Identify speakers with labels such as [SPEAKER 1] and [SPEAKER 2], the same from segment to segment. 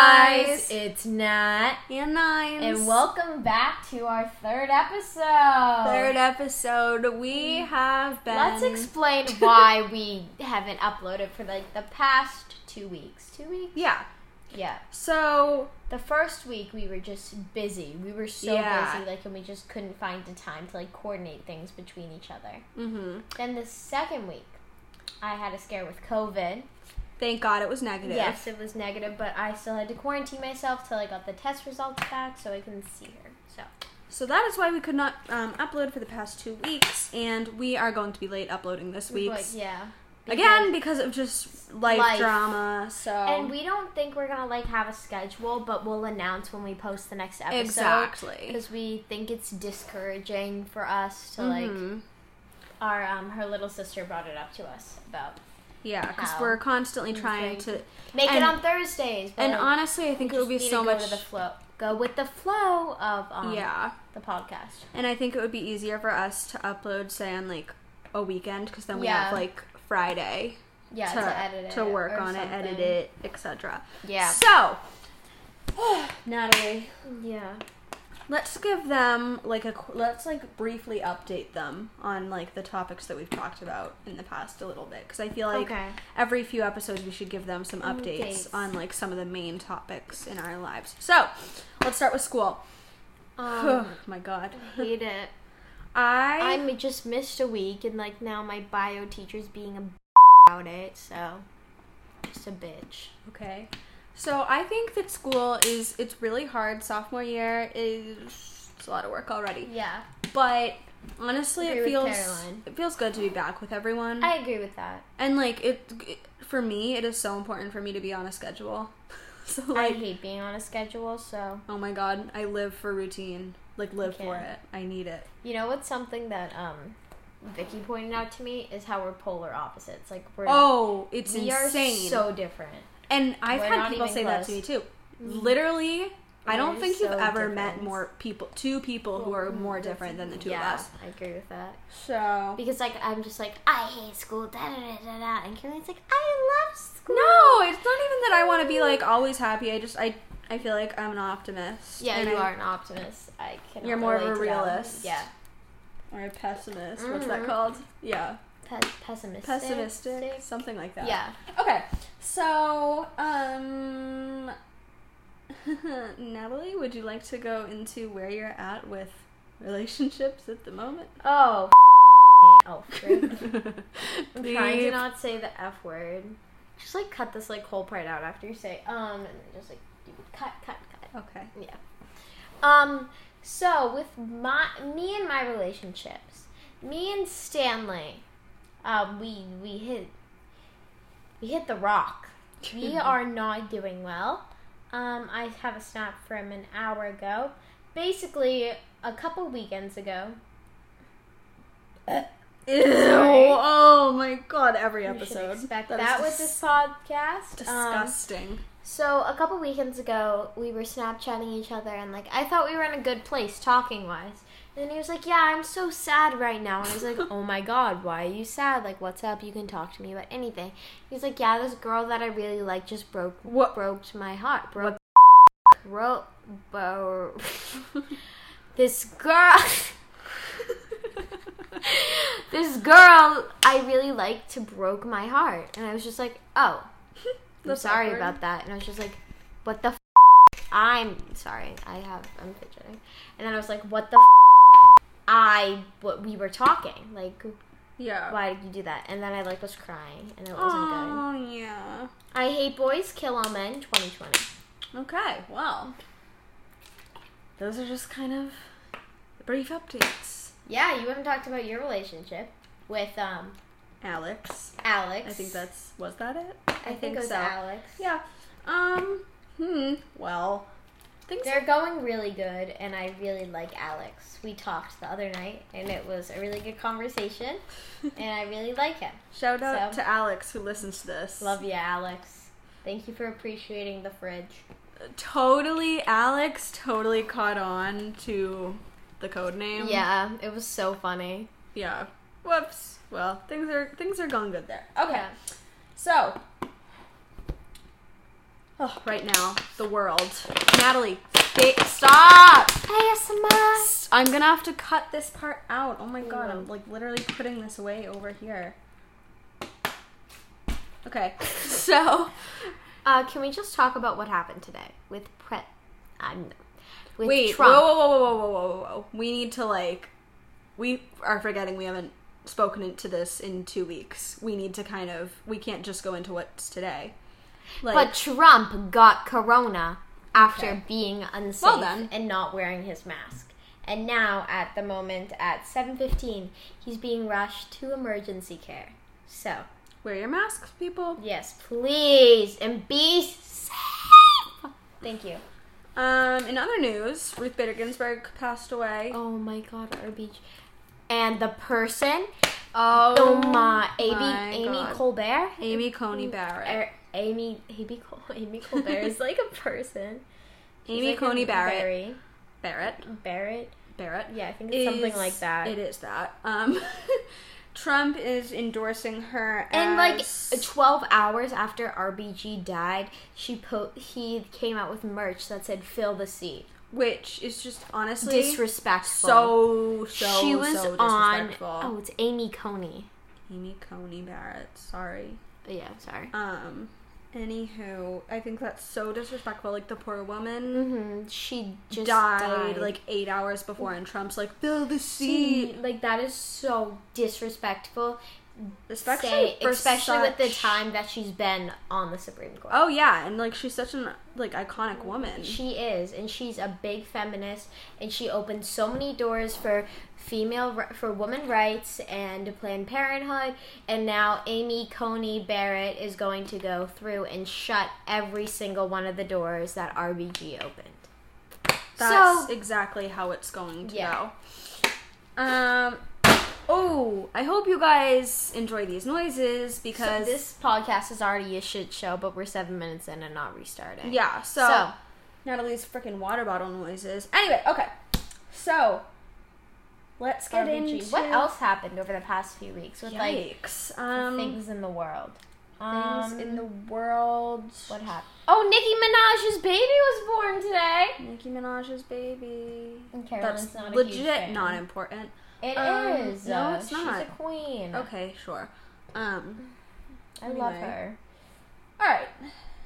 [SPEAKER 1] It's, Nat.
[SPEAKER 2] and Nines.
[SPEAKER 1] And welcome back to our third episode.
[SPEAKER 2] Third episode. We
[SPEAKER 1] Mm.
[SPEAKER 2] have been.
[SPEAKER 1] Let's explain why we haven't uploaded for like the past two weeks. Two weeks?
[SPEAKER 2] Yeah.
[SPEAKER 1] Yeah.
[SPEAKER 2] So
[SPEAKER 1] The first week we were just busy. We were so
[SPEAKER 2] Yeah.
[SPEAKER 1] busy, like, and we just couldn't find the time to like coordinate things between each other.
[SPEAKER 2] mhm.
[SPEAKER 1] Then the second week, I had a scare with COVID.
[SPEAKER 2] thank God it was negative.
[SPEAKER 1] Yes, it was negative, but I still had to quarantine myself till I got the test results back, so I couldn't see her. So
[SPEAKER 2] So that is why we could not um, upload for the past two weeks, and we are going to be late uploading this week's
[SPEAKER 1] But, yeah.
[SPEAKER 2] again because of just life,
[SPEAKER 1] Life.
[SPEAKER 2] drama. So
[SPEAKER 1] And we don't think we're gonna like have a schedule, but we'll announce when we post the next episode.
[SPEAKER 2] exactly.
[SPEAKER 1] Because we think it's discouraging for us to like
[SPEAKER 2] Mhm.
[SPEAKER 1] our um her little sister brought it up to us about
[SPEAKER 2] yeah, because
[SPEAKER 1] how
[SPEAKER 2] we're constantly trying to.
[SPEAKER 1] going make it
[SPEAKER 2] And-
[SPEAKER 1] on Thursdays. But
[SPEAKER 2] And
[SPEAKER 1] like,
[SPEAKER 2] honestly, I
[SPEAKER 1] we
[SPEAKER 2] think it
[SPEAKER 1] just
[SPEAKER 2] would be
[SPEAKER 1] need to
[SPEAKER 2] so
[SPEAKER 1] go
[SPEAKER 2] much.
[SPEAKER 1] to the flow. Go with the flow of um,
[SPEAKER 2] yeah.
[SPEAKER 1] the podcast.
[SPEAKER 2] And I think it would be easier for us to upload, say, on like a weekend, because then we
[SPEAKER 1] Yeah.
[SPEAKER 2] have like Friday
[SPEAKER 1] Yeah, to, edit it
[SPEAKER 2] to work
[SPEAKER 1] or
[SPEAKER 2] on it, edit
[SPEAKER 1] something.
[SPEAKER 2] it, etc.
[SPEAKER 1] Yeah,
[SPEAKER 2] So, Natalie,
[SPEAKER 1] yeah.
[SPEAKER 2] let's give them like a qu- let's like briefly update them on like the topics that we've talked about in the past a little bit, because I feel like
[SPEAKER 1] okay.
[SPEAKER 2] every few episodes we should give them some updates
[SPEAKER 1] Updates.
[SPEAKER 2] on like some of the main topics in our lives. So, let's start with school.
[SPEAKER 1] Um,
[SPEAKER 2] oh my god,
[SPEAKER 1] hate it.
[SPEAKER 2] I
[SPEAKER 1] I m- just missed a week, and like now my bio teacher's being a b- about it, so just a bitch.
[SPEAKER 2] Okay. So I think that school is it's really hard. Sophomore year is it's a lot of work already.
[SPEAKER 1] Yeah,
[SPEAKER 2] But honestly,
[SPEAKER 1] Agree
[SPEAKER 2] it
[SPEAKER 1] with
[SPEAKER 2] feels
[SPEAKER 1] Caroline.
[SPEAKER 2] it feels good to be back with everyone.
[SPEAKER 1] I agree with that.
[SPEAKER 2] and like it, it for me, it is so important for me to be on a schedule. so
[SPEAKER 1] I
[SPEAKER 2] like,
[SPEAKER 1] hate being on a schedule, so
[SPEAKER 2] oh my god, I live for routine. Like live for
[SPEAKER 1] Okay.
[SPEAKER 2] it. I need it.
[SPEAKER 1] you know what's something that um Vicky pointed out to me is how we're polar opposites. Like we're
[SPEAKER 2] Oh, it's
[SPEAKER 1] we
[SPEAKER 2] insane.
[SPEAKER 1] are so different.
[SPEAKER 2] and I've
[SPEAKER 1] we're
[SPEAKER 2] had
[SPEAKER 1] not
[SPEAKER 2] people
[SPEAKER 1] even
[SPEAKER 2] say that to me
[SPEAKER 1] close.
[SPEAKER 2] too. Literally, I
[SPEAKER 1] We're
[SPEAKER 2] don't think you've
[SPEAKER 1] so
[SPEAKER 2] ever met
[SPEAKER 1] different. Mm,
[SPEAKER 2] more people, two people who are more different than the two
[SPEAKER 1] yeah,
[SPEAKER 2] of us.
[SPEAKER 1] I agree with that.
[SPEAKER 2] So
[SPEAKER 1] Because like I'm just like I hate school, da da da da da, and Caroline's like I love school.
[SPEAKER 2] No, it's not even that I want to be like always happy. I just I I feel like I'm an optimist.
[SPEAKER 1] Yeah,
[SPEAKER 2] And
[SPEAKER 1] you
[SPEAKER 2] I-
[SPEAKER 1] are an optimist. I can.
[SPEAKER 2] You're more of a
[SPEAKER 1] relate to that.
[SPEAKER 2] realist.
[SPEAKER 1] Yeah.
[SPEAKER 2] Or a pessimist. What's
[SPEAKER 1] Mhm.
[SPEAKER 2] that called? Yeah,
[SPEAKER 1] Pe- pessimistic.
[SPEAKER 2] pessimistic, something like that.
[SPEAKER 1] Yeah.
[SPEAKER 2] Okay. So, um, Natalie, would you like to go into where you're at with relationships at the moment?
[SPEAKER 1] Oh. oh. frick. I'm trying to
[SPEAKER 2] Beep.
[SPEAKER 1] not say the f word. Just like cut this like whole part out after you say um, and then just like do- cut, cut, cut.
[SPEAKER 2] Okay.
[SPEAKER 1] Yeah. Um. So with my me and my relationships, me and Stanley, um, we we hit we hit the rock. We are not doing well. Um, I have a snap from an hour ago. Basically, a couple weekends ago.
[SPEAKER 2] Ew. Oh my god, every
[SPEAKER 1] You should
[SPEAKER 2] episode.
[SPEAKER 1] expect that,
[SPEAKER 2] is
[SPEAKER 1] with this podcast. Um,
[SPEAKER 2] disgusting.
[SPEAKER 1] so a couple weekends ago, we were Snapchatting each other, and like I thought we were in a good place talking wise. And then he was like, "Yeah, I'm so sad right now." And I was like, "Oh my god, why are you sad? Like, what's up? You can talk to me about anything." He's like, "Yeah, this girl that I really like just broke
[SPEAKER 2] What-
[SPEAKER 1] broke my heart. Broke broke bro, this girl." this girl I really liked to broke my heart, and I was just like, "Oh, I'm
[SPEAKER 2] That's
[SPEAKER 1] sorry
[SPEAKER 2] awkward.
[SPEAKER 1] about that. And I was just like, what the f-? I'm sorry. I have, I'm fidgeting. And then I was like, what the f-? I, what we were talking. Like,
[SPEAKER 2] yeah.
[SPEAKER 1] why did you do that? And then I like was crying and it wasn't good.
[SPEAKER 2] Oh yeah.
[SPEAKER 1] I hate boys, kill all men, 2020.
[SPEAKER 2] Okay. Well, those are just kind of brief updates.
[SPEAKER 1] Yeah, you haven't talked about your relationship with um
[SPEAKER 2] Alex,
[SPEAKER 1] Alex.
[SPEAKER 2] I think that's was that it.
[SPEAKER 1] I, think, it was Alex.
[SPEAKER 2] Yeah. Um. Hmm. Well. Things.
[SPEAKER 1] They're going really good, and I really like Alex. We talked the other night, and it was a really good conversation, and I really like him.
[SPEAKER 2] Shout out
[SPEAKER 1] so-
[SPEAKER 2] to Alex who listens to this.
[SPEAKER 1] Love you, Alex. Thank you for appreciating the fridge.
[SPEAKER 2] Totally, Alex. Totally caught on to the code name.
[SPEAKER 1] Yeah, it was so funny.
[SPEAKER 2] Yeah. Whoops. Well, things are things are going good there.
[SPEAKER 1] Okay.
[SPEAKER 2] So, Oh, right now, the world. Natalie, stay, stop!
[SPEAKER 1] ASMR.
[SPEAKER 2] S- I'm gonna have to cut this part out. Oh my god, I'm like literally putting this away over here. Okay, so
[SPEAKER 1] Uh, can we just talk about what happened today with Pret? I'm with
[SPEAKER 2] wait,
[SPEAKER 1] Trump.
[SPEAKER 2] whoa, whoa, whoa, whoa, whoa, whoa, whoa, whoa! We need to like, we are forgetting we haven't spoken into this in two weeks. We need to kind of, we can't just go into what's today. Like,
[SPEAKER 1] But Trump got corona after
[SPEAKER 2] Okay.
[SPEAKER 1] being unsafe
[SPEAKER 2] Well then.
[SPEAKER 1] and not wearing his mask. And now, at the moment, at 7.15, he's being rushed to emergency care. So,
[SPEAKER 2] wear your masks, people.
[SPEAKER 1] yes, please, and be safe! Thank you.
[SPEAKER 2] Um, in other news, Ruth Bader Ginsburg passed away.
[SPEAKER 1] Oh my god, RBG. And the person,
[SPEAKER 2] Oh,
[SPEAKER 1] oh my, Amy,
[SPEAKER 2] my
[SPEAKER 1] Amy
[SPEAKER 2] God.
[SPEAKER 1] Colbert?
[SPEAKER 2] Amy Coney Barrett.
[SPEAKER 1] Er, Amy, Amy, Col- Amy Colbert is like a person. She's
[SPEAKER 2] Amy
[SPEAKER 1] like a
[SPEAKER 2] Coney Barrett.
[SPEAKER 1] Barry.
[SPEAKER 2] Barrett.
[SPEAKER 1] Barrett.
[SPEAKER 2] Barrett.
[SPEAKER 1] Yeah, I think it's something
[SPEAKER 2] is-
[SPEAKER 1] like that.
[SPEAKER 2] It is that. Um, Trump is endorsing her
[SPEAKER 1] And like
[SPEAKER 2] as-
[SPEAKER 1] 12 hours after RBG died, she po- he came out with merch that said "Fill the seat."
[SPEAKER 2] which is just honestly
[SPEAKER 1] Disrespectful.
[SPEAKER 2] so so
[SPEAKER 1] she was
[SPEAKER 2] so
[SPEAKER 1] on.
[SPEAKER 2] disrespectful.
[SPEAKER 1] Oh, it's Amy Coney.
[SPEAKER 2] Amy Coney Barrett. Sorry.
[SPEAKER 1] But yeah, I'm sorry.
[SPEAKER 2] Um. Anywho, I think that's so disrespectful. Like the poor woman
[SPEAKER 1] hmm She just
[SPEAKER 2] died,
[SPEAKER 1] died.
[SPEAKER 2] like eight hours before, and Trump's like fill the
[SPEAKER 1] she,
[SPEAKER 2] seat.
[SPEAKER 1] like that is so disrespectful.
[SPEAKER 2] Especially
[SPEAKER 1] say-
[SPEAKER 2] for
[SPEAKER 1] especially with the
[SPEAKER 2] such-
[SPEAKER 1] time that she's been on the Supreme Court.
[SPEAKER 2] Oh yeah, and like she's such an like iconic woman.
[SPEAKER 1] She is, and she's a big feminist, and she opened so many doors for female ri- for women rights and Planned Parenthood, and now Amy Coney Barrett is going to go through and shut every single one of the doors that RBG opened.
[SPEAKER 2] That's
[SPEAKER 1] so
[SPEAKER 2] exactly how it's going to
[SPEAKER 1] Yeah.
[SPEAKER 2] go. Um. Oh, I hope you guys enjoy these noises
[SPEAKER 1] so
[SPEAKER 2] because
[SPEAKER 1] this podcast is already a shit show, but we're seven minutes in and not restarting.
[SPEAKER 2] yeah. So,
[SPEAKER 1] So
[SPEAKER 2] Natalie's freaking water bottle noises. Anyway, okay. So let's get
[SPEAKER 1] RBG.
[SPEAKER 2] into
[SPEAKER 1] what else happened over the past few weeks with like
[SPEAKER 2] Yikes. um, things
[SPEAKER 1] things in the world?
[SPEAKER 2] in the world.
[SPEAKER 1] What happened? Oh, Nicki Minaj's baby was born today.
[SPEAKER 2] Nicki Minaj's baby.
[SPEAKER 1] And
[SPEAKER 2] That's
[SPEAKER 1] Caroline's not a huge
[SPEAKER 2] legit
[SPEAKER 1] fan.
[SPEAKER 2] not important.
[SPEAKER 1] It is.
[SPEAKER 2] Um, no, it's
[SPEAKER 1] She's
[SPEAKER 2] not.
[SPEAKER 1] a queen.
[SPEAKER 2] Okay, sure. Um.
[SPEAKER 1] I love
[SPEAKER 2] Anyway.
[SPEAKER 1] her. Mm-hmm.
[SPEAKER 2] All right.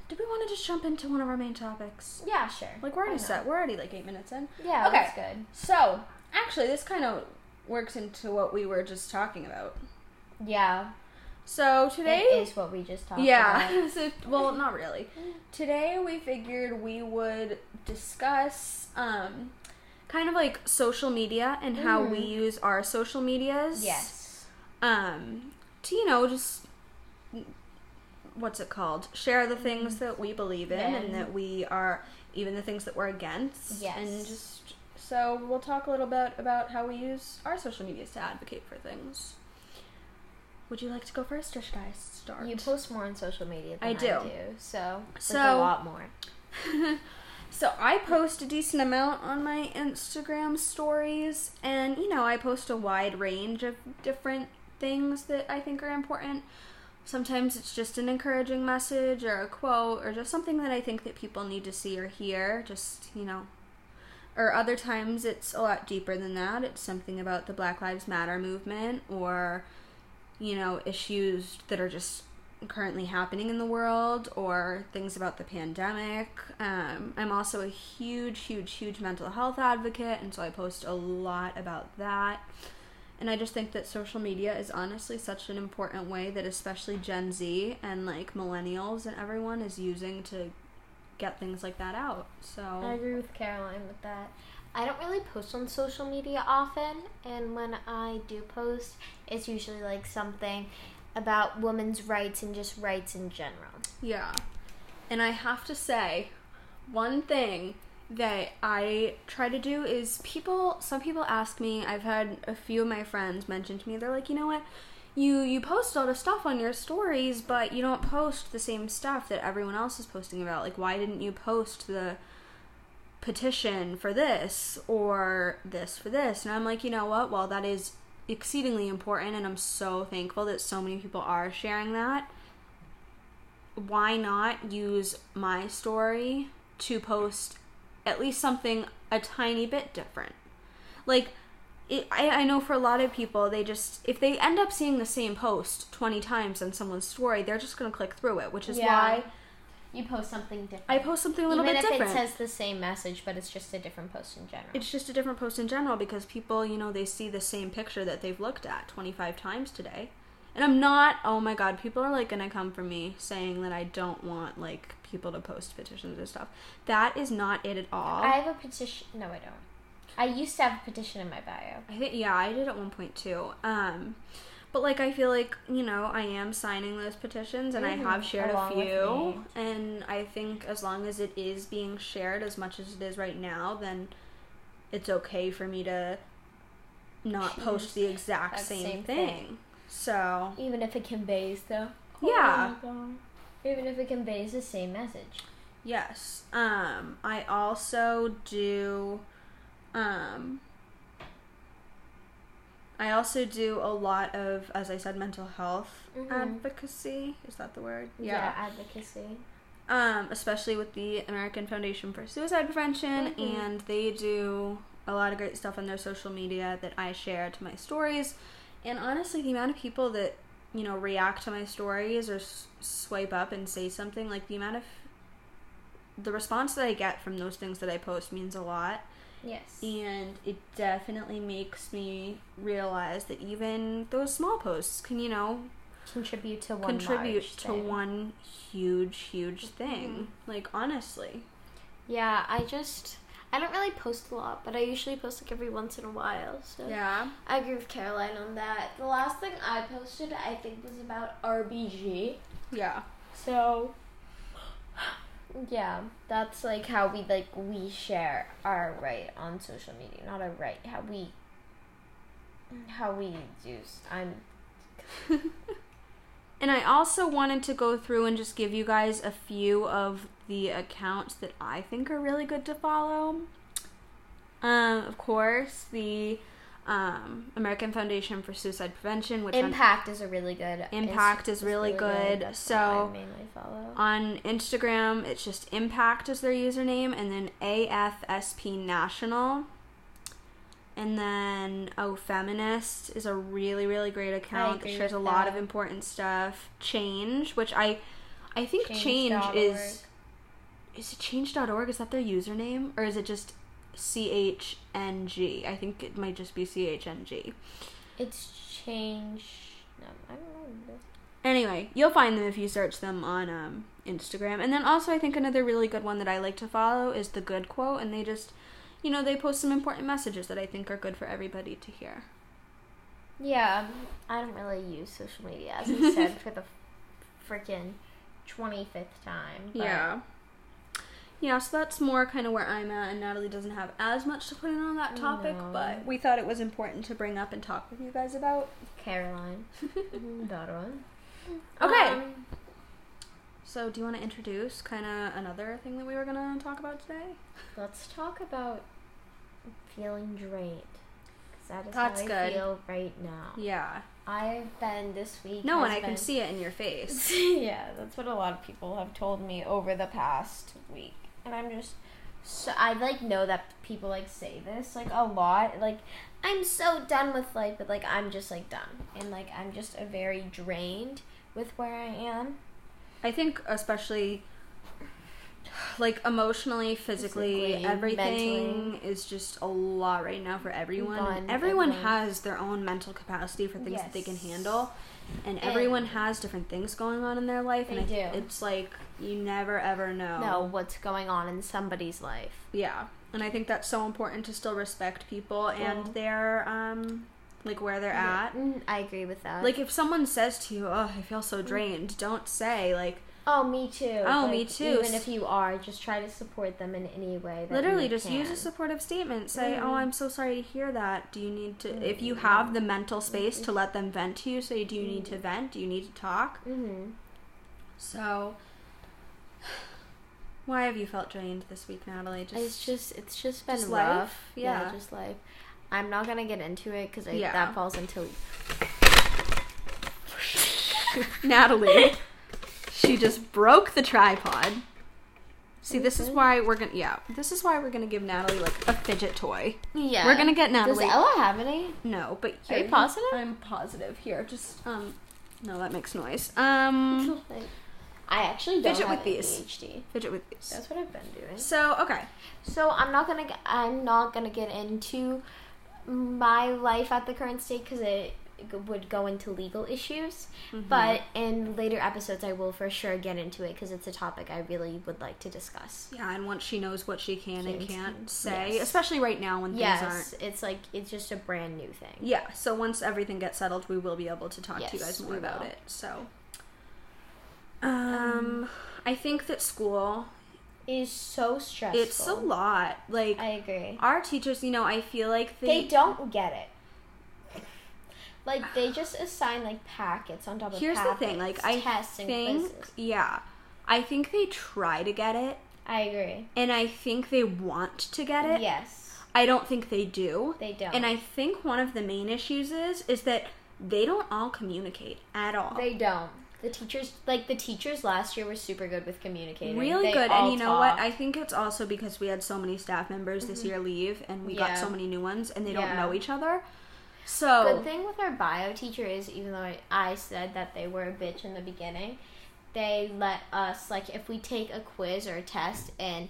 [SPEAKER 2] Do we want to just jump into one of our main topics?
[SPEAKER 1] Yeah, sure.
[SPEAKER 2] Like we're
[SPEAKER 1] Mm-hmm. Why
[SPEAKER 2] already
[SPEAKER 1] not?
[SPEAKER 2] set. We're already like eight minutes in.
[SPEAKER 1] Yeah,
[SPEAKER 2] Okay.
[SPEAKER 1] that's good.
[SPEAKER 2] So actually, this kind of works into what we were just talking about.
[SPEAKER 1] Yeah,
[SPEAKER 2] So
[SPEAKER 1] it
[SPEAKER 2] today,
[SPEAKER 1] is what we just talked about.
[SPEAKER 2] yeah. so well, not really. Today we figured we would discuss um, kind of like social media and how we use our social medias.
[SPEAKER 1] Mm. Yes.
[SPEAKER 2] Um, to you know just what's it called? Share the things that we believe in and
[SPEAKER 1] Mm. Yeah.
[SPEAKER 2] that we are even the things that we're against.
[SPEAKER 1] Yes.
[SPEAKER 2] And just so we'll talk a little bit about how we use our social medias to advocate for things. Would you like to go first or should I start?
[SPEAKER 1] You post more on social media than
[SPEAKER 2] I
[SPEAKER 1] I
[SPEAKER 2] do.
[SPEAKER 1] do, so there's
[SPEAKER 2] So-
[SPEAKER 1] a lot more.
[SPEAKER 2] So I post a decent amount on my Instagram stories, and you know, I post a wide range of different things that I think are important. Sometimes it's just an encouraging message or a quote or just something that I think that people need to see or hear, just, you know. Or other times it's a lot deeper than that. It's something about the Black Lives Matter movement or you know, issues that are just currently happening in the world or things about the pandemic. Um, I'm also a huge, huge, huge mental health advocate, and so I post a lot about that. And I just think that social media is honestly such an important way that, especially Gen Z and like millennials and everyone, is using to get things like that out.
[SPEAKER 1] I
[SPEAKER 2] So,
[SPEAKER 1] agree with Caroline with that. I don't really post on social media often, and when I do post, it's usually like something about women's rights and just rights in general.
[SPEAKER 2] yeah. And I have to say, one thing that I try to do is people some people ask me, I've had a few of my friends mention to me, they're like, you know what? You you post a lot of stuff on your stories, but you don't post the same stuff that everyone else is posting about. Like why didn't you post the petition for this or this for this? And I'm like, you know what? Well that is exceedingly important and I'm so thankful that so many people are sharing that why not use my story to post at least something a tiny bit different? Like, it, I, I know for a lot of people, they just, if they end up seeing the same post 20 times on someone's story, they're just going to click through it, which is
[SPEAKER 1] Yeah.
[SPEAKER 2] why
[SPEAKER 1] You post something different.
[SPEAKER 2] I post something a little
[SPEAKER 1] Even
[SPEAKER 2] bit
[SPEAKER 1] if
[SPEAKER 2] different.
[SPEAKER 1] it says the same message, but it's just a different post in general.
[SPEAKER 2] it's just a different post in general because people, you know, they see the same picture that they've looked at 25 times today. And I'm not, oh my god, people are like gonna come for me saying that I don't want like people to post petitions and stuff. That is not it at all.
[SPEAKER 1] I have a petition. No, I don't. I used to have a petition in my bio.
[SPEAKER 2] I think yeah, I did at one point too. Um, but like I feel like you know I am signing those petitions, and
[SPEAKER 1] Mhm,
[SPEAKER 2] I have shared a
[SPEAKER 1] along with
[SPEAKER 2] few.
[SPEAKER 1] me.
[SPEAKER 2] And I think as long as it is being shared as much as it is right now, then it's okay for me to not
[SPEAKER 1] Choose
[SPEAKER 2] post the exact
[SPEAKER 1] that
[SPEAKER 2] same,
[SPEAKER 1] same
[SPEAKER 2] thing.
[SPEAKER 1] thing.
[SPEAKER 2] So
[SPEAKER 1] Even if it conveys the.
[SPEAKER 2] Yeah.
[SPEAKER 1] my God. Even if it conveys the same message.
[SPEAKER 2] yes, um, I also do. Um, I also do a lot of, as I said, mental health
[SPEAKER 1] Mhm.
[SPEAKER 2] advocacy. Is that the word?
[SPEAKER 1] advocacy.
[SPEAKER 2] Um, especially with the American Foundation for Suicide Prevention,
[SPEAKER 1] Mhm.
[SPEAKER 2] and they do a lot of great stuff on their social media that I share to my stories. And honestly, the amount of people that you know react to my stories or s- swipe up and say something, like the amount of the response that I get from those things that I post means a lot.
[SPEAKER 1] Yes.
[SPEAKER 2] And it definitely makes me realize that even those small posts can, you know,
[SPEAKER 1] Contribute to one.
[SPEAKER 2] contribute
[SPEAKER 1] large
[SPEAKER 2] to
[SPEAKER 1] thing. Mm-hmm.
[SPEAKER 2] one huge, huge thing. Like, honestly.
[SPEAKER 1] Yeah, I just. I don't really post a lot, but I usually post like every once in a while. So
[SPEAKER 2] Yeah.
[SPEAKER 1] I agree with Caroline on that. The last thing I posted, I think, was about RBG.
[SPEAKER 2] Yeah.
[SPEAKER 1] So yeah, that's like how we like we share our right on social media, not our right. How we how we use I'm
[SPEAKER 2] And I also wanted to go through and just give you guys a few of the accounts that I think are really good to follow. Um, of course, the um, American Foundation for Suicide Prevention, which on,
[SPEAKER 1] Impact is a really good
[SPEAKER 2] Impact is really good,
[SPEAKER 1] That's
[SPEAKER 2] so-
[SPEAKER 1] what I mainly follow.
[SPEAKER 2] on Instagram, it's just Impact is their username, and then AFSP National. And then Oh Feminist is a really really great account.
[SPEAKER 1] agree
[SPEAKER 2] It shares a
[SPEAKER 1] with
[SPEAKER 2] lot
[SPEAKER 1] that.
[SPEAKER 2] of important stuff. Change, which I I think Change,
[SPEAKER 1] Change.org.
[SPEAKER 2] is is it change.org? Is that their username or is it just CHNG? I think it might just be CHNG.
[SPEAKER 1] It's change no, I don't know.
[SPEAKER 2] Anyway, you'll find them if you search them on um, Instagram. And then also, I think another really good one that I like to follow is the Good Quote, and they just, you know, they post some important messages that I think are good for everybody to hear.
[SPEAKER 1] Yeah, um, I don't really use social media as I said for the freaking 25th time. but-
[SPEAKER 2] Yeah, so that's more kind of where I'm at, and Natalie doesn't have as much to put in on that topic,
[SPEAKER 1] No.
[SPEAKER 2] but we thought it was important to bring up and talk with you guys about.
[SPEAKER 1] Caroline. that one.
[SPEAKER 2] Okay.
[SPEAKER 1] Um,
[SPEAKER 2] So, do you want to introduce kind of another thing that we were going to talk about today?
[SPEAKER 1] Let's talk about feeling drained. 'Cause that is
[SPEAKER 2] That's
[SPEAKER 1] how I
[SPEAKER 2] good.
[SPEAKER 1] feel right now.
[SPEAKER 2] Yeah.
[SPEAKER 1] I've been this week.
[SPEAKER 2] No, and
[SPEAKER 1] has
[SPEAKER 2] I can
[SPEAKER 1] been-
[SPEAKER 2] see it in your face.
[SPEAKER 1] yeah, that's what a lot of people have told me over the past week, and I'm just so I like know that people like say this like a lot. Like I'm so done with life, but like I'm just like done, and like I'm just a very drained with where I am.
[SPEAKER 2] I think especially like emotionally, physically,
[SPEAKER 1] Physically,
[SPEAKER 2] everything is just a lot right now for everyone. And
[SPEAKER 1] Gone,
[SPEAKER 2] everyone
[SPEAKER 1] everyone.
[SPEAKER 2] has their own mental capacity for things that they can
[SPEAKER 1] Yes.
[SPEAKER 2] handle. And everyone
[SPEAKER 1] And-
[SPEAKER 2] has different things going on in their life. and
[SPEAKER 1] They
[SPEAKER 2] I-
[SPEAKER 1] do.
[SPEAKER 2] it's like you never ever know.
[SPEAKER 1] Know what's going on in somebody's life.
[SPEAKER 2] Yeah. And I think that's so important to still respect people
[SPEAKER 1] Yeah.
[SPEAKER 2] and their um like where they're at.
[SPEAKER 1] Mm, I agree with that.
[SPEAKER 2] Like if someone says to you, "Oh, I feel so drained," don't say like
[SPEAKER 1] Oh, me too.
[SPEAKER 2] Oh, me too.
[SPEAKER 1] Even if you are, just try to support them in any way. That
[SPEAKER 2] literally
[SPEAKER 1] you
[SPEAKER 2] just use a
[SPEAKER 1] can.
[SPEAKER 2] supportive statement say
[SPEAKER 1] Mhm.
[SPEAKER 2] oh i'm so sorry to hear that do you need to if
[SPEAKER 1] Mm-hmm.
[SPEAKER 2] you have the mental space to let them vent to you say do you need to vent do you need to talk
[SPEAKER 1] Mhm.
[SPEAKER 2] so why have you felt drained this week natalie just,
[SPEAKER 1] It's just it's just been
[SPEAKER 2] Just life?
[SPEAKER 1] rough.
[SPEAKER 2] Yeah.
[SPEAKER 1] just life. I'm not gonna get into it because
[SPEAKER 2] Yeah.
[SPEAKER 1] that falls into.
[SPEAKER 2] natalie She just broke the tripod. See, this is why we're gonna yeah. This is why we're gonna give Natalie like a fidget toy.
[SPEAKER 1] Yeah.
[SPEAKER 2] We're gonna get
[SPEAKER 1] Does
[SPEAKER 2] Natalie.
[SPEAKER 1] Ella have any?
[SPEAKER 2] no, but
[SPEAKER 1] Are you
[SPEAKER 2] here-
[SPEAKER 1] positive?
[SPEAKER 2] I'm positive. Here, just um. No, that makes noise. Um,
[SPEAKER 1] I actually don't
[SPEAKER 2] Fidget
[SPEAKER 1] have
[SPEAKER 2] with these.
[SPEAKER 1] ADHD.
[SPEAKER 2] fidget with these.
[SPEAKER 1] That's what I've been doing.
[SPEAKER 2] So okay.
[SPEAKER 1] So I'm not gonna. g- I'm not gonna get into my life at the current state because it g- would go into legal issues.
[SPEAKER 2] Mm-hmm.
[SPEAKER 1] But in later episodes, I will for sure get into it because it's a topic I really would like to discuss.
[SPEAKER 2] Yeah, and once she knows what she can and
[SPEAKER 1] Things-
[SPEAKER 2] can't say,
[SPEAKER 1] yes.
[SPEAKER 2] especially right now when things
[SPEAKER 1] Yes,
[SPEAKER 2] aren't.
[SPEAKER 1] it's like it's just a brand new thing.
[SPEAKER 2] Yeah, so once everything gets settled, we will be able to talk to you
[SPEAKER 1] Yes,
[SPEAKER 2] guys more
[SPEAKER 1] we
[SPEAKER 2] about
[SPEAKER 1] will.
[SPEAKER 2] it. So, um, I think that school
[SPEAKER 1] It is so stressful.
[SPEAKER 2] it's a lot. Like
[SPEAKER 1] I agree.
[SPEAKER 2] our teachers, you know, I feel like
[SPEAKER 1] They don't get it. Like they just assign like packets on top of
[SPEAKER 2] Here's the
[SPEAKER 1] packets,
[SPEAKER 2] thing, like I
[SPEAKER 1] tests and
[SPEAKER 2] think,
[SPEAKER 1] quizzes.
[SPEAKER 2] yeah, I think they try to get it,
[SPEAKER 1] I agree.
[SPEAKER 2] and I think they want to get it.
[SPEAKER 1] Yes,
[SPEAKER 2] I don't think they do.
[SPEAKER 1] they don't.
[SPEAKER 2] And I think one of the main issues is is that they don't all communicate at all.
[SPEAKER 1] They don't. The teachers, like the teachers last year, were super good with communicating.
[SPEAKER 2] really
[SPEAKER 1] They
[SPEAKER 2] good
[SPEAKER 1] all
[SPEAKER 2] and you know what
[SPEAKER 1] talk. Mm-hmm.
[SPEAKER 2] i think it's also because we had so many staff members this year leave and we got
[SPEAKER 1] Yeah.
[SPEAKER 2] so many new ones and they don't
[SPEAKER 1] Yeah.
[SPEAKER 2] know each other so Oh.
[SPEAKER 1] Good thing with our bio teacher is, even though I, I said that they were a bitch in the beginning, they let us like if we take a quiz or a test and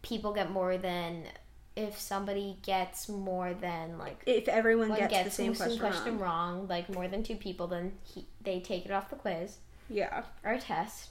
[SPEAKER 1] people get more than if somebody gets more than like
[SPEAKER 2] if everyone
[SPEAKER 1] one
[SPEAKER 2] gets,
[SPEAKER 1] gets
[SPEAKER 2] the same question, wrong-
[SPEAKER 1] wrong. like more than two people, then he, they take it off the quiz
[SPEAKER 2] yeah
[SPEAKER 1] or test.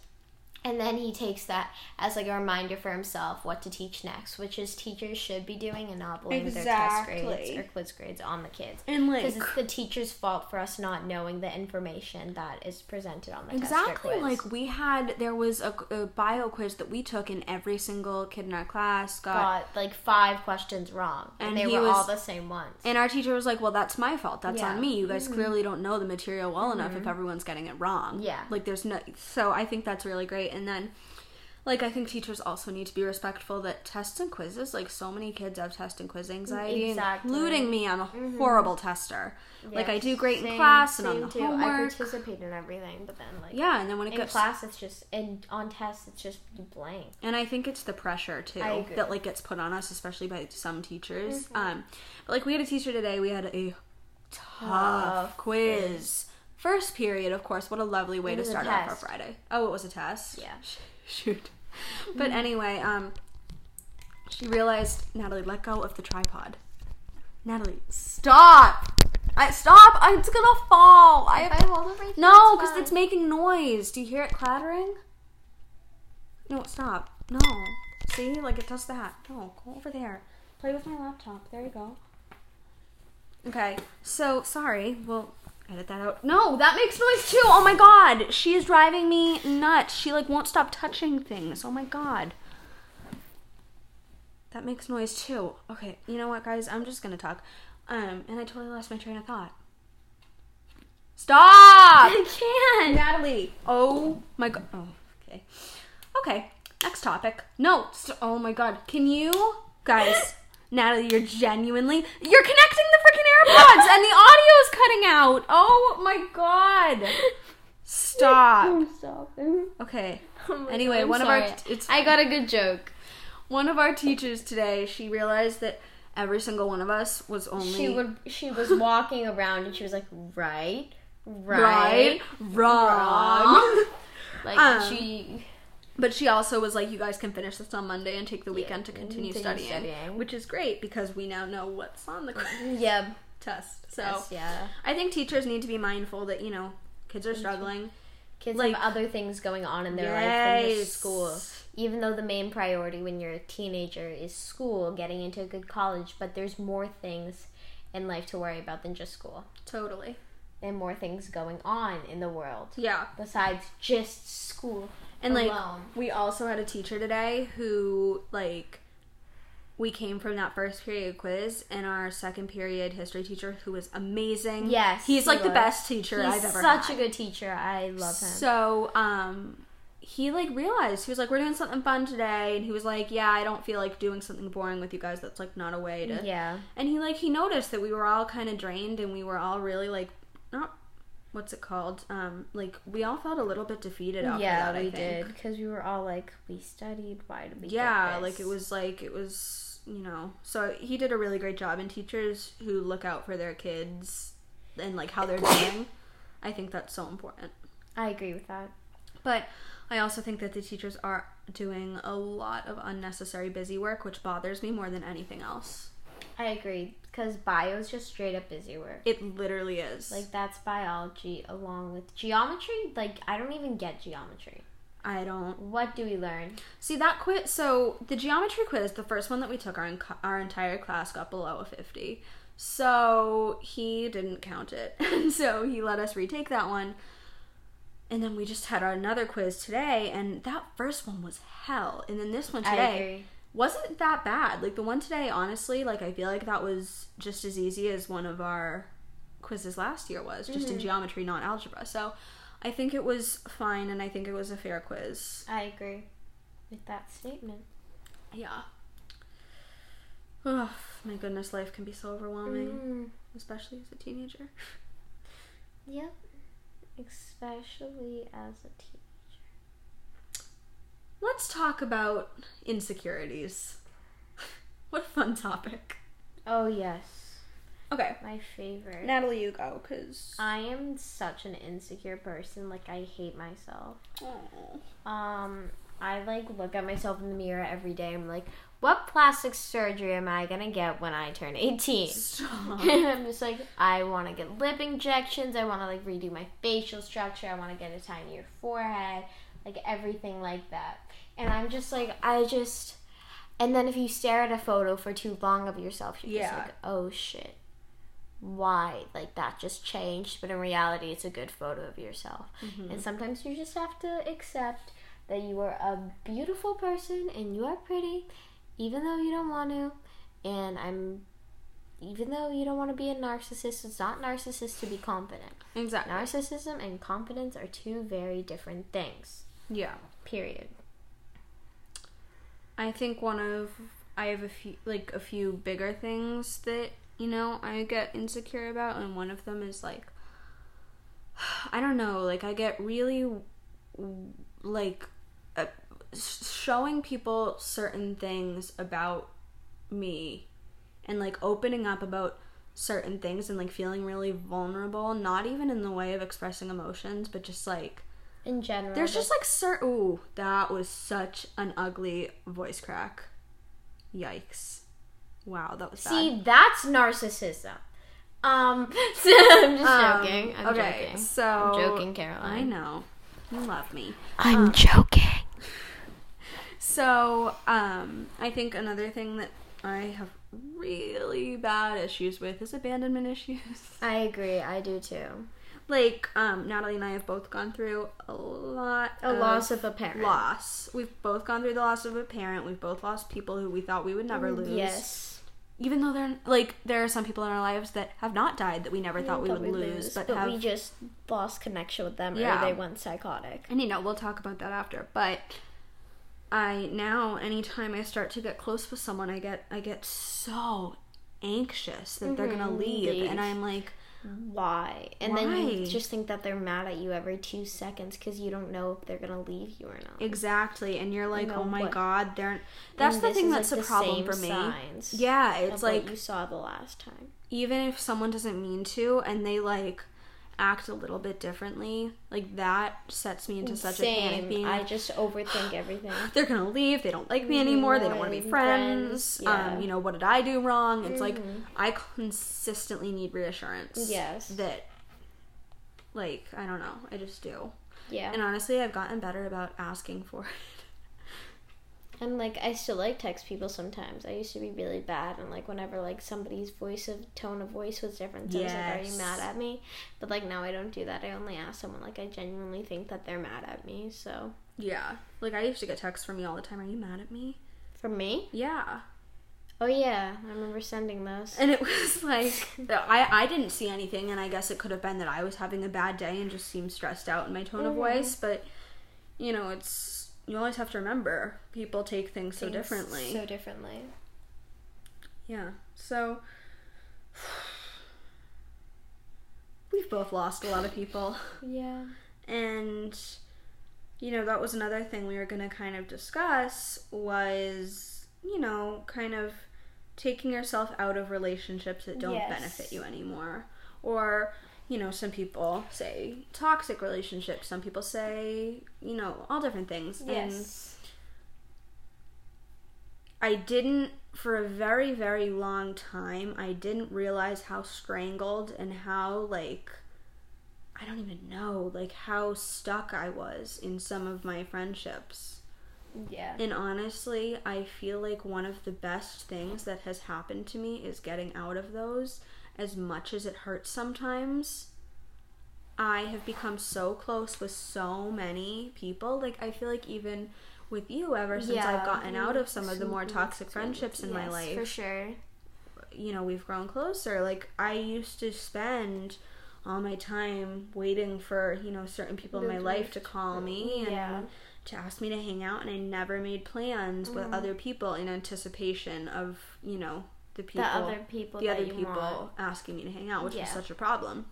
[SPEAKER 1] And then he takes that as like a reminder for himself what to teach next, which is teachers should be doing and not blaming their test
[SPEAKER 2] Exactly.
[SPEAKER 1] grades or quiz grades on the kids.
[SPEAKER 2] and like
[SPEAKER 1] Because it's the teacher's fault for us not knowing the information that is presented on the test or
[SPEAKER 2] exactly
[SPEAKER 1] quiz.
[SPEAKER 2] like we had there was a, a bio quiz that we took and every single kid in our class got
[SPEAKER 1] got like five questions wrong, and,
[SPEAKER 2] And
[SPEAKER 1] they
[SPEAKER 2] he
[SPEAKER 1] were all
[SPEAKER 2] was-
[SPEAKER 1] the same ones.
[SPEAKER 2] and our teacher was like, "Well, that's my fault. That's
[SPEAKER 1] Yeah. Mm-hmm.
[SPEAKER 2] on me. You guys clearly don't know the material well enough if everyone's getting it wrong."
[SPEAKER 1] Yeah.
[SPEAKER 2] Like there's no so I think that's really great. And then like I think teachers also need to be respectful that tests and quizzes, like so many kids have test and quiz anxiety,
[SPEAKER 1] exactly. Mm-hmm.
[SPEAKER 2] including me. I'm a horrible tester. Like
[SPEAKER 1] Yeah.
[SPEAKER 2] I do great in
[SPEAKER 1] Same-
[SPEAKER 2] class and on
[SPEAKER 1] same
[SPEAKER 2] the
[SPEAKER 1] too. I
[SPEAKER 2] homework.
[SPEAKER 1] participate in everything, but then like
[SPEAKER 2] yeah, and then when it
[SPEAKER 1] in
[SPEAKER 2] gets
[SPEAKER 1] class it's just and on tests it's just blank.
[SPEAKER 2] and I think it's the pressure too
[SPEAKER 1] I agree. Mm-hmm.
[SPEAKER 2] that like gets put on us, especially by some teachers. Um, but like we had a teacher today. We had a tough,
[SPEAKER 1] Tough
[SPEAKER 2] quiz. First period, of course. What a lovely way to
[SPEAKER 1] was a
[SPEAKER 2] start off our
[SPEAKER 1] test.
[SPEAKER 2] Friday. Oh, it was a test.
[SPEAKER 1] Yeah. Mm-hmm.
[SPEAKER 2] Shoot. But anyway, um, she realized Natalie let go of the tripod. Natalie, stop! I stop! I, it's gonna fall. I
[SPEAKER 1] If I hold it right here,
[SPEAKER 2] no,
[SPEAKER 1] it's
[SPEAKER 2] because
[SPEAKER 1] fine.
[SPEAKER 2] it's making noise. Do you hear it clattering? No, stop. No. See? Like it does that. No, go over there. Play with my laptop. There you go. Okay. So, sorry. We'll edit that out. No, that makes noise too. Oh my god. She is driving me nuts. She like won't stop touching things. Oh my god. That makes noise too. Okay, you know what, guys? I'm just gonna talk. Um, and I totally lost my train of thought. Stop!
[SPEAKER 1] I can't.
[SPEAKER 2] Natalie. Oh my god. Oh, okay. Okay. Next topic. No. St- oh my god. Can you guys? Natalie, you're genuinely you're connecting the freaking AirPods and the audio is cutting out. Oh my god. Stop. Okay. Anyway, one of our- it's-
[SPEAKER 1] I got a good joke.
[SPEAKER 2] One of our teachers today, she realized that every single one of us was only
[SPEAKER 1] She would. She was walking around and she was like, right, right,
[SPEAKER 2] right, wrong.
[SPEAKER 1] Like
[SPEAKER 2] Um,
[SPEAKER 1] she.
[SPEAKER 2] But she also was like, "You guys can finish this on Monday and take the weekend to continue,
[SPEAKER 1] continue
[SPEAKER 2] studying,
[SPEAKER 1] studying.
[SPEAKER 2] which is great because we now know what's on the quiz
[SPEAKER 1] Yeah.
[SPEAKER 2] test. So
[SPEAKER 1] yes, yeah.
[SPEAKER 2] I think teachers need to be mindful that you know kids are struggling.
[SPEAKER 1] Kids
[SPEAKER 2] like-
[SPEAKER 1] have other things going on in their life than
[SPEAKER 2] Yes.
[SPEAKER 1] just school. Even though the main priority when you're a teenager is school, getting into a good college, but there's more things in life to worry about than just school,
[SPEAKER 2] Totally.
[SPEAKER 1] and more things going on in the world
[SPEAKER 2] Yeah.
[SPEAKER 1] besides just school.
[SPEAKER 2] And like
[SPEAKER 1] Alone.
[SPEAKER 2] we also had a teacher today who like we came from that first period quiz and our second period history teacher who was amazing.
[SPEAKER 1] Yes,
[SPEAKER 2] He's
[SPEAKER 1] he
[SPEAKER 2] like the
[SPEAKER 1] was.
[SPEAKER 2] best teacher
[SPEAKER 1] He's
[SPEAKER 2] I've ever had.
[SPEAKER 1] such a good teacher. I love him.
[SPEAKER 2] So, um, he like realized he was like, "We're doing something fun today," and he was like, "Yeah, I don't feel like doing something boring with you guys. That's like not a way to."
[SPEAKER 1] yeah.
[SPEAKER 2] And he like he noticed that we were all kind of drained and we were all really like not what's it called? Um, like we all felt a little bit defeated after
[SPEAKER 1] yeah,
[SPEAKER 2] that. I
[SPEAKER 1] we
[SPEAKER 2] think.
[SPEAKER 1] did because we were all like, we studied. Why did we?
[SPEAKER 2] yeah
[SPEAKER 1] get
[SPEAKER 2] like
[SPEAKER 1] this?
[SPEAKER 2] it was like it was you know so he did a really great job and teachers who look out for their kids and like how they're doing i think that's so important
[SPEAKER 1] I agree with that.
[SPEAKER 2] but i also think that the teachers are doing a lot of unnecessary busy work which bothers me more than anything else
[SPEAKER 1] I agree because bio is just straight up busy work.
[SPEAKER 2] it literally is
[SPEAKER 1] Like that's biology along with geometry. Like I don't even get geometry.
[SPEAKER 2] i don't
[SPEAKER 1] What do we learn?
[SPEAKER 2] see that quiz so the geometry quiz the first one that we took our, en- our entire class got below a 50 so he didn't count it so he let us retake that one And then we just had our another quiz today, and that first one was hell. And then this one
[SPEAKER 1] I
[SPEAKER 2] today
[SPEAKER 1] agree.
[SPEAKER 2] wasn't that bad. Like the one today, honestly, like I feel like that was just as easy as one of our quizzes last year was, just in geometry, not algebra. So I think it was fine, and I think it was a fair quiz.
[SPEAKER 1] I agree with that statement.
[SPEAKER 2] Yeah. Oh my goodness, life can be so overwhelming,
[SPEAKER 1] Mm,
[SPEAKER 2] especially as a teenager.
[SPEAKER 1] yep. Especially as a teacher.
[SPEAKER 2] Let's talk about insecurities. what a fun topic.
[SPEAKER 1] Oh yes,
[SPEAKER 2] Okay.
[SPEAKER 1] my favorite.
[SPEAKER 2] Natalie, you go, because.
[SPEAKER 1] I am such an insecure person. Like I hate myself.
[SPEAKER 2] Oh,
[SPEAKER 1] Um, I like look at myself in the mirror every day. I'm like, what plastic surgery am I gonna get when I turn 18?
[SPEAKER 2] Stop.
[SPEAKER 1] I'm just like, I want to get lip injections. I want to like redo my facial structure. I want to get a tinier forehead, like everything like that. And I'm just like, I just. And then if you stare at a photo for too long of yourself, you're
[SPEAKER 2] Yeah.
[SPEAKER 1] just like, oh shit, why? Like that just changed. But in reality, it's a good photo of yourself.
[SPEAKER 2] Mm-hmm.
[SPEAKER 1] And sometimes you just have to accept that you are a beautiful person and you are pretty, even though you don't want to. And I'm even though you don't want to be a narcissist, it's not narcissist to be confident.
[SPEAKER 2] Exactly.
[SPEAKER 1] Narcissism and confidence are two very different things.
[SPEAKER 2] Yeah.
[SPEAKER 1] Period.
[SPEAKER 2] I think one of I have a few like a few bigger things that, you know, I get insecure about and one of them is like I don't know, like I get really w- like uh, s- showing people certain things about me and like opening up about certain things and like feeling really vulnerable, not even in the way of expressing emotions, but just like
[SPEAKER 1] In general,
[SPEAKER 2] there's just like sir. Ooh, that was such an ugly voice crack. Yikes! Wow, that was
[SPEAKER 1] see
[SPEAKER 2] bad.
[SPEAKER 1] that's narcissism. Um, I'm just
[SPEAKER 2] Um,
[SPEAKER 1] joking. I'm
[SPEAKER 2] okay,
[SPEAKER 1] joking.
[SPEAKER 2] so
[SPEAKER 1] I'm uh, joking,
[SPEAKER 2] I
[SPEAKER 1] Caroline.
[SPEAKER 2] know you love me.
[SPEAKER 1] I'm joking.
[SPEAKER 2] So, um, I think another thing that I have really bad issues with is abandonment issues.
[SPEAKER 1] I agree. I do too.
[SPEAKER 2] like, um, Natalie and I have both gone through a lot.
[SPEAKER 1] A loss of a parent.
[SPEAKER 2] Loss. We've both gone through the loss of a parent. We've both lost people who we thought we would never lose.
[SPEAKER 1] Mm, Yes.
[SPEAKER 2] even though they're like there are some people in our lives that have not died that we never thought we would
[SPEAKER 1] Probably
[SPEAKER 2] lose, but, have
[SPEAKER 1] we just lost connection with them,
[SPEAKER 2] Yeah.
[SPEAKER 1] or they went psychotic.
[SPEAKER 2] and you know we'll talk about that after but i now anytime i start to get close with someone i get i get so anxious that they're gonna
[SPEAKER 1] Mm-hmm.
[SPEAKER 2] leave,
[SPEAKER 1] leave.
[SPEAKER 2] and i'm like
[SPEAKER 1] why and then
[SPEAKER 2] Why?
[SPEAKER 1] you just think that they're mad at you every two seconds because you don't know if they're gonna leave you or not
[SPEAKER 2] exactly and you're like
[SPEAKER 1] know
[SPEAKER 2] oh my
[SPEAKER 1] what-
[SPEAKER 2] god they're that's
[SPEAKER 1] And
[SPEAKER 2] the
[SPEAKER 1] this
[SPEAKER 2] thing
[SPEAKER 1] is,
[SPEAKER 2] that's
[SPEAKER 1] like,
[SPEAKER 2] a
[SPEAKER 1] the
[SPEAKER 2] problem
[SPEAKER 1] same
[SPEAKER 2] for me
[SPEAKER 1] signs
[SPEAKER 2] yeah it's
[SPEAKER 1] of
[SPEAKER 2] like
[SPEAKER 1] what you saw the last time
[SPEAKER 2] even if someone doesn't mean to and they like act a little bit differently like that sets me into such a panic being
[SPEAKER 1] same
[SPEAKER 2] like,
[SPEAKER 1] i just overthink everything
[SPEAKER 2] they're gonna leave. They don't like me anymore. They don't want to be
[SPEAKER 1] Anymore,
[SPEAKER 2] friends.
[SPEAKER 1] friends, yeah.
[SPEAKER 2] Um, you know, what did I do wrong? It's like I consistently need reassurance.
[SPEAKER 1] Yes.
[SPEAKER 2] That, like, I don't know. I just do.
[SPEAKER 1] yeah
[SPEAKER 2] And honestly, I've gotten better about asking for it.
[SPEAKER 1] i'm like i still like text people sometimes i used to be really bad and like whenever like somebody's voice of tone of voice was different so i was
[SPEAKER 2] Yes.
[SPEAKER 1] like are you mad at me but like now i don't do that i only ask someone like i genuinely think that they're mad at me so
[SPEAKER 2] Yeah. Like I used to get texts from you all the time. Are you mad at me?
[SPEAKER 1] for me
[SPEAKER 2] Yeah.
[SPEAKER 1] oh yeah i remember sending those
[SPEAKER 2] And it was like I I didn't see anything, and I guess it could have been that I was having a bad day and just seemed stressed out in my tone of
[SPEAKER 1] Mm-hmm.
[SPEAKER 2] voice. But you know, it's you always have to remember people take things, so
[SPEAKER 1] things
[SPEAKER 2] differently.
[SPEAKER 1] So differently.
[SPEAKER 2] yeah. So we've we've both lost a lot of people.
[SPEAKER 1] Yeah.
[SPEAKER 2] And you know, that was another thing we were going to kind of discuss was, you know, kind of taking yourself out of relationships that don't
[SPEAKER 1] Yes.
[SPEAKER 2] benefit you anymore. Or, you know, some people say toxic relationships, some people say, you know, all different things. And
[SPEAKER 1] Yes.
[SPEAKER 2] I didn't for a very very long time I didn't realize how strangled and how like I don't even know like how stuck I was in some of my friendships.
[SPEAKER 1] yeah.
[SPEAKER 2] And honestly, I feel like one of the best things that has happened to me is getting out of those as much as it hurts sometimes. I have become so close with so many people. Like I feel like even with you ever since
[SPEAKER 1] Yeah.
[SPEAKER 2] I've gotten out of some of the
[SPEAKER 1] Some
[SPEAKER 2] more
[SPEAKER 1] people
[SPEAKER 2] toxic
[SPEAKER 1] experience-
[SPEAKER 2] friendships in my
[SPEAKER 1] yes,
[SPEAKER 2] life
[SPEAKER 1] For sure.
[SPEAKER 2] you know, we've grown closer. Like I used to spend all my time waiting for, you know, certain people in my
[SPEAKER 1] Those
[SPEAKER 2] life to call me and
[SPEAKER 1] Yeah.
[SPEAKER 2] to ask me to hang out and I never made plans
[SPEAKER 1] Mm-hmm.
[SPEAKER 2] with other people in anticipation of, you know, the people
[SPEAKER 1] the other people.
[SPEAKER 2] the
[SPEAKER 1] that
[SPEAKER 2] other
[SPEAKER 1] you
[SPEAKER 2] people
[SPEAKER 1] want.
[SPEAKER 2] asking me to hang out, which
[SPEAKER 1] Yeah.
[SPEAKER 2] was such a problem.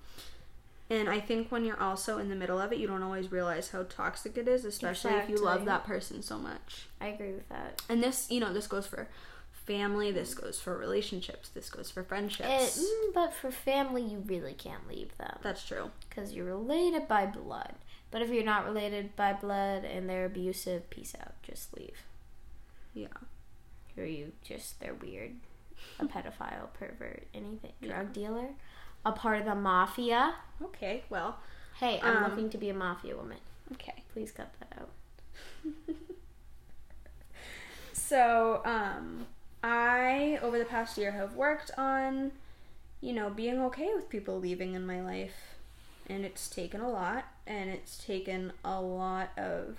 [SPEAKER 2] And I think when you're also in the middle of it, you don't always realize how toxic it is, especially if you love
[SPEAKER 1] Exactly.
[SPEAKER 2] that person so much
[SPEAKER 1] I agree with that.
[SPEAKER 2] and this you know this goes for family this goes for relationships this goes for
[SPEAKER 1] It,
[SPEAKER 2] friendships
[SPEAKER 1] mm, but for family, you really can't leave them
[SPEAKER 2] that's true
[SPEAKER 1] because you're related by blood. But if you're not related by blood and they're abusive, peace out. Just leave.
[SPEAKER 2] yeah
[SPEAKER 1] Who are you? Just they're weird, a pedophile, pervert, anything, drug dealer, a part of the mafia.
[SPEAKER 2] okay well
[SPEAKER 1] Hey, I'm
[SPEAKER 2] Um,
[SPEAKER 1] looking to be a mafia woman.
[SPEAKER 2] okay
[SPEAKER 1] Please cut that out.
[SPEAKER 2] so um i over the past year have worked on you know being okay with people leaving in my life and it's taken a lot and it's taken a lot of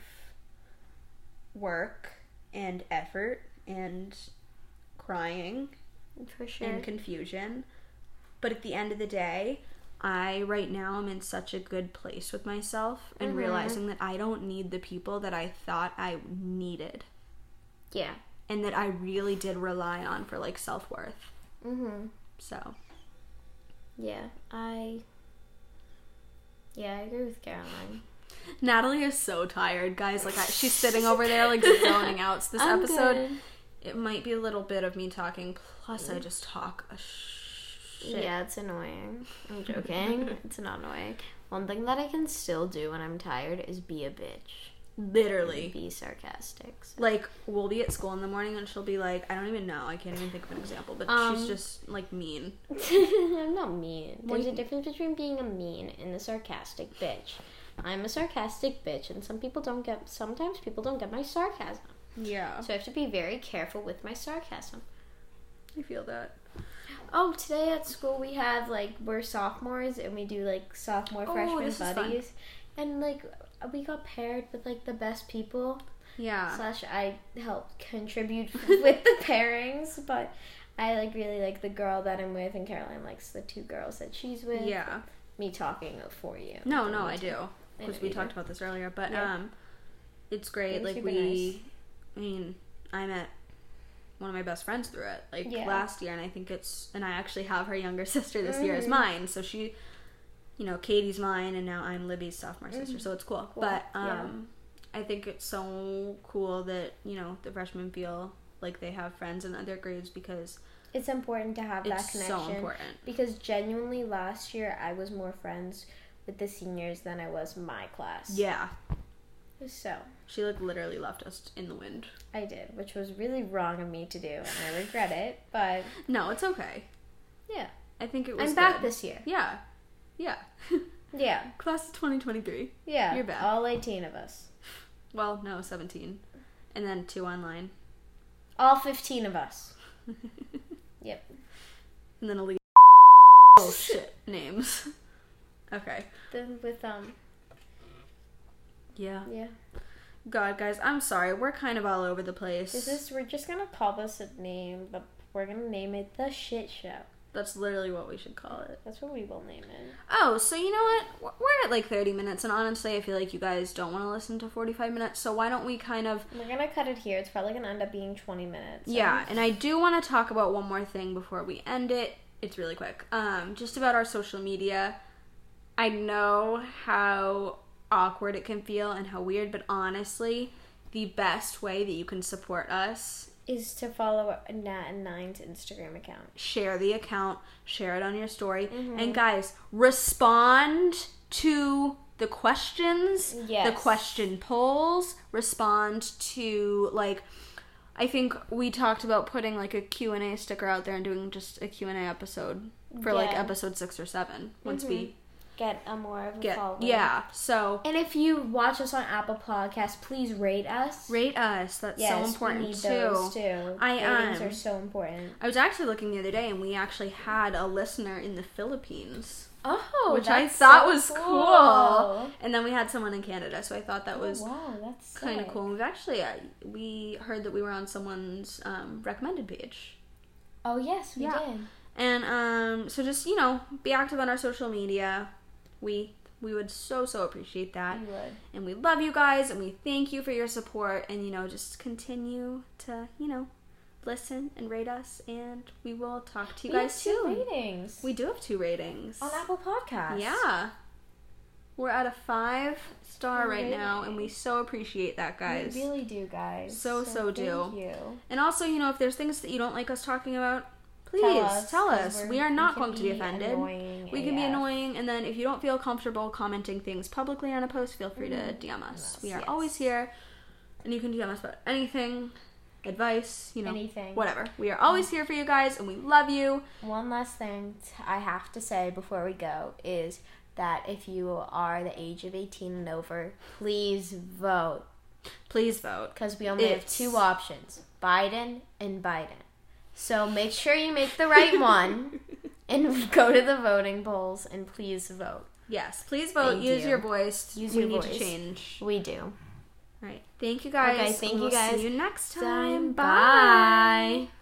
[SPEAKER 2] work and effort and crying
[SPEAKER 1] For sure.
[SPEAKER 2] and confusion. But at the end of the day, I right now am in such a good place with myself and
[SPEAKER 1] Mm-hmm,
[SPEAKER 2] realizing that I don't need the people that I thought I needed
[SPEAKER 1] yeah.
[SPEAKER 2] and that I really did rely on for like self worth.
[SPEAKER 1] Mhm.
[SPEAKER 2] So,
[SPEAKER 1] Yeah. I. Yeah, I agree with Caroline.
[SPEAKER 2] Natalie is so tired, guys. Like, I, she's sitting over there, like, zoning out. So, this
[SPEAKER 1] I'm
[SPEAKER 2] episode,
[SPEAKER 1] good. Mm.
[SPEAKER 2] it might be a little bit of me talking, plus, I just talk a shit.
[SPEAKER 1] Yeah, it's annoying. I'm joking. it's not annoying. One thing that I can still do when I'm tired is be a bitch.
[SPEAKER 2] Literally.
[SPEAKER 1] Be sarcastic. So-
[SPEAKER 2] like we'll be at school in the morning and she'll be like i don't even know i can't even think of an example but
[SPEAKER 1] Um,
[SPEAKER 2] she's just like mean
[SPEAKER 1] I'm not mean.
[SPEAKER 2] Well,
[SPEAKER 1] There's
[SPEAKER 2] you-
[SPEAKER 1] a difference between being a mean and a sarcastic bitch. I'm a sarcastic bitch, and some people don't get. Sometimes people don't get my sarcasm,
[SPEAKER 2] yeah
[SPEAKER 1] so I have to be very careful with my sarcasm.
[SPEAKER 2] i feel that
[SPEAKER 1] Oh, today at school we have like we're sophomores and we do like sophomore
[SPEAKER 2] Oh,
[SPEAKER 1] freshman
[SPEAKER 2] this is fun.
[SPEAKER 1] buddies, and like we got paired with like the best people.
[SPEAKER 2] yeah
[SPEAKER 1] Slash, I helped contribute with the pairings, but I like really like the girl that I'm with, and Caroline likes the two girls that she's with.
[SPEAKER 2] yeah
[SPEAKER 1] me talking for you.
[SPEAKER 2] no no i do
[SPEAKER 1] I
[SPEAKER 2] because
[SPEAKER 1] know
[SPEAKER 2] we
[SPEAKER 1] you
[SPEAKER 2] talked about this earlier but
[SPEAKER 1] Yeah.
[SPEAKER 2] um it's
[SPEAKER 1] It
[SPEAKER 2] great
[SPEAKER 1] was
[SPEAKER 2] like
[SPEAKER 1] super
[SPEAKER 2] we i mean i met one of my best friends through it like
[SPEAKER 1] Yeah.
[SPEAKER 2] last year and i think it's and i actually have her younger sister this year as
[SPEAKER 1] Mhm.
[SPEAKER 2] mine so she you know katie's mine and now i'm libby's sophomore sister so it's cool,
[SPEAKER 1] Mm. Cool.
[SPEAKER 2] but
[SPEAKER 1] Yeah.
[SPEAKER 2] um i think it's so cool that you know the freshmen feel like they have friends in other grades because
[SPEAKER 1] It's important to have that
[SPEAKER 2] it's
[SPEAKER 1] connection.
[SPEAKER 2] so important
[SPEAKER 1] Because genuinely, last year I was more friends with the seniors than I was my class.
[SPEAKER 2] yeah
[SPEAKER 1] So
[SPEAKER 2] she like literally left us in the wind
[SPEAKER 1] I did, which was really wrong of me to do, and I regret it. But
[SPEAKER 2] no it's okay
[SPEAKER 1] yeah,
[SPEAKER 2] i think it was
[SPEAKER 1] I'm back
[SPEAKER 2] good.
[SPEAKER 1] this year.
[SPEAKER 2] Yeah. Yeah.
[SPEAKER 1] Yeah,
[SPEAKER 2] Class of 2023.
[SPEAKER 1] yeah.
[SPEAKER 2] You're back.
[SPEAKER 1] All 18 of us.
[SPEAKER 2] Well, no, 17. And then two online.
[SPEAKER 1] All 15 of us. Yep.
[SPEAKER 2] And then a lead. Oh, shit. Names. Okay.
[SPEAKER 1] Then with um,
[SPEAKER 2] Yeah.
[SPEAKER 1] yeah.
[SPEAKER 2] God, guys, I'm sorry. We're kind of all over the place.
[SPEAKER 1] This is we're just gonna call this a name, but we're gonna name it the shit show.
[SPEAKER 2] That's literally what we should call it.
[SPEAKER 1] That's what we will name it.
[SPEAKER 2] Oh, so you know what? We're- We're at like 30 minutes, and honestly, I feel like you guys don't want to listen to 45 minutes, so why don't we kind of
[SPEAKER 1] We're gonna cut it here. It's probably gonna end up being 20 minutes. Um,
[SPEAKER 2] Yeah, and I do want to talk about one more thing before we end it. It's really quick. Um, just about our social media. I know how awkward it can feel and how weird, but honestly, the best way that you can support us
[SPEAKER 1] Is to follow Nat and Nine's Instagram account.
[SPEAKER 2] share the account, share it on your story,
[SPEAKER 1] Mm-hmm.
[SPEAKER 2] and guys, respond to the questions, the
[SPEAKER 1] Yes.
[SPEAKER 2] question polls, respond to like I think we talked about putting like a Q&A sticker out there and doing just a Q&A episode for like
[SPEAKER 1] Yeah. Mm-hmm.
[SPEAKER 2] episode 6 or 7 once we
[SPEAKER 1] Get a more of a
[SPEAKER 2] get
[SPEAKER 1] follower.
[SPEAKER 2] yeah. So
[SPEAKER 1] And if you watch us on Apple Podcasts, please rate us.
[SPEAKER 2] rate us. That's
[SPEAKER 1] yes,
[SPEAKER 2] so important
[SPEAKER 1] we need
[SPEAKER 2] too.
[SPEAKER 1] Those too.
[SPEAKER 2] I,
[SPEAKER 1] Ratings
[SPEAKER 2] um,
[SPEAKER 1] are so important.
[SPEAKER 2] I was actually looking the other day and we actually had a listener in the Philippines.
[SPEAKER 1] Oh,
[SPEAKER 2] which I
[SPEAKER 1] that's
[SPEAKER 2] thought
[SPEAKER 1] so
[SPEAKER 2] was cool.
[SPEAKER 1] cool.
[SPEAKER 2] And then we had someone in Canada, so I thought that was
[SPEAKER 1] Oh, wow, that's
[SPEAKER 2] kind of
[SPEAKER 1] sick.
[SPEAKER 2] cool. We've actually uh, we heard that we were on someone's um, recommended page,
[SPEAKER 1] Oh yes, we
[SPEAKER 2] Yeah.
[SPEAKER 1] did.
[SPEAKER 2] and um, so just you know be active on our social media. We we would so so appreciate that,
[SPEAKER 1] We would.
[SPEAKER 2] and we love you guys, and we thank you for your support, and you know just continue to you know listen and rate us, and we will talk to you
[SPEAKER 1] we
[SPEAKER 2] guys
[SPEAKER 1] have two
[SPEAKER 2] soon.
[SPEAKER 1] ratings Oh,
[SPEAKER 2] We do have two ratings.
[SPEAKER 1] on Apple Podcasts.
[SPEAKER 2] Yeah. We're at a five star right
[SPEAKER 1] Really?
[SPEAKER 2] now, and we so appreciate that, guys.
[SPEAKER 1] We really do, guys.
[SPEAKER 2] So, so
[SPEAKER 1] thank
[SPEAKER 2] do.
[SPEAKER 1] you.
[SPEAKER 2] And also, you know, if there's things that you don't like us talking about, please
[SPEAKER 1] Tell
[SPEAKER 2] tell
[SPEAKER 1] us,
[SPEAKER 2] us.
[SPEAKER 1] 'cause we're-
[SPEAKER 2] We are not
[SPEAKER 1] we can
[SPEAKER 2] going to be
[SPEAKER 1] be
[SPEAKER 2] offended.
[SPEAKER 1] annoying
[SPEAKER 2] we can be
[SPEAKER 1] AF.
[SPEAKER 2] annoying, and then if you don't feel comfortable commenting things publicly on a post, feel free to DM us.
[SPEAKER 1] Mm-hmm. Yes,
[SPEAKER 2] We are
[SPEAKER 1] yes.
[SPEAKER 2] always here, and you can DM us about anything, advice, you know,
[SPEAKER 1] Anything.
[SPEAKER 2] whatever. We are always here for you guys, and we love you.
[SPEAKER 1] One last thing t- I have to say before we go is that if you are the age of 18 and over, please vote
[SPEAKER 2] Please vote.
[SPEAKER 1] because we only have
[SPEAKER 2] It's-
[SPEAKER 1] two options Biden and Biden. So make sure you make the right one and go to the voting polls and please vote.
[SPEAKER 2] Yes, please vote.
[SPEAKER 1] Thank
[SPEAKER 2] Use
[SPEAKER 1] you.
[SPEAKER 2] your voice.
[SPEAKER 1] Use
[SPEAKER 2] we
[SPEAKER 1] your
[SPEAKER 2] need
[SPEAKER 1] voice.
[SPEAKER 2] to change.
[SPEAKER 1] We do.
[SPEAKER 2] All right. Thank you guys.
[SPEAKER 1] Okay, thank
[SPEAKER 2] and
[SPEAKER 1] you
[SPEAKER 2] we'll
[SPEAKER 1] guys.
[SPEAKER 2] See you next time.
[SPEAKER 1] Time. Bye.
[SPEAKER 2] Bye.